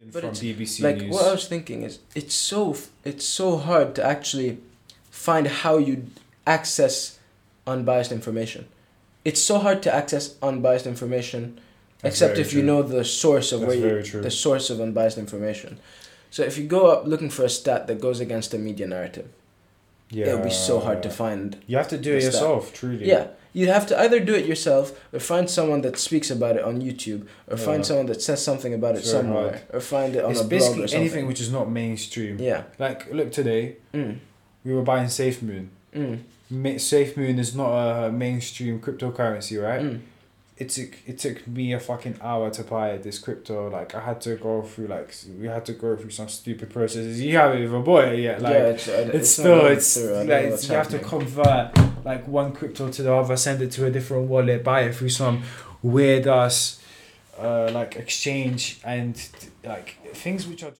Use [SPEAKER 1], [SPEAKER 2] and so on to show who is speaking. [SPEAKER 1] But
[SPEAKER 2] from
[SPEAKER 1] it's-
[SPEAKER 2] BBC
[SPEAKER 1] like
[SPEAKER 2] News.
[SPEAKER 1] what I was thinking is it's so f- it's so hard to actually find how you access unbiased information. It's so hard to access unbiased information
[SPEAKER 2] That's
[SPEAKER 1] except
[SPEAKER 2] very
[SPEAKER 1] if you
[SPEAKER 2] true.
[SPEAKER 1] know the source of
[SPEAKER 2] That's
[SPEAKER 1] where you,
[SPEAKER 2] very true.
[SPEAKER 1] the source of unbiased information. So if you go up looking for a stat that goes against the media narrative,
[SPEAKER 2] yeah.
[SPEAKER 1] it would be so hard to find.
[SPEAKER 2] You have to do it
[SPEAKER 1] What's that?
[SPEAKER 2] yourself, truly.
[SPEAKER 1] Yeah, you'd have to either do it yourself or find someone that speaks about it on YouTube or find
[SPEAKER 2] Yeah.
[SPEAKER 1] someone that says something about
[SPEAKER 2] It's
[SPEAKER 1] it
[SPEAKER 2] very
[SPEAKER 1] somewhere
[SPEAKER 2] hard.
[SPEAKER 1] or find it on
[SPEAKER 2] It's
[SPEAKER 1] a blog or
[SPEAKER 2] basically
[SPEAKER 1] something.
[SPEAKER 2] anything which is not mainstream.
[SPEAKER 1] yeah.
[SPEAKER 2] Like, look today,
[SPEAKER 1] Mm.
[SPEAKER 2] we were buying Safe Moon.
[SPEAKER 1] Mm.
[SPEAKER 2] Ma- Safe Moon is not a mainstream cryptocurrency, right?
[SPEAKER 1] Mm.
[SPEAKER 2] It took it took me a fucking hour to buy this crypto. Like I had to go through like s- we had to go through some stupid processes. You haven't even bought it yet. Like
[SPEAKER 1] yeah, it's, I-
[SPEAKER 2] it's,
[SPEAKER 1] not
[SPEAKER 2] still
[SPEAKER 1] going
[SPEAKER 2] it's
[SPEAKER 1] through, I don't know
[SPEAKER 2] like
[SPEAKER 1] what's
[SPEAKER 2] it's, you have to
[SPEAKER 1] happening.
[SPEAKER 2] convert like one crypto to the other, send it to a different wallet, buy it through some weird ass uh like exchange and like things which are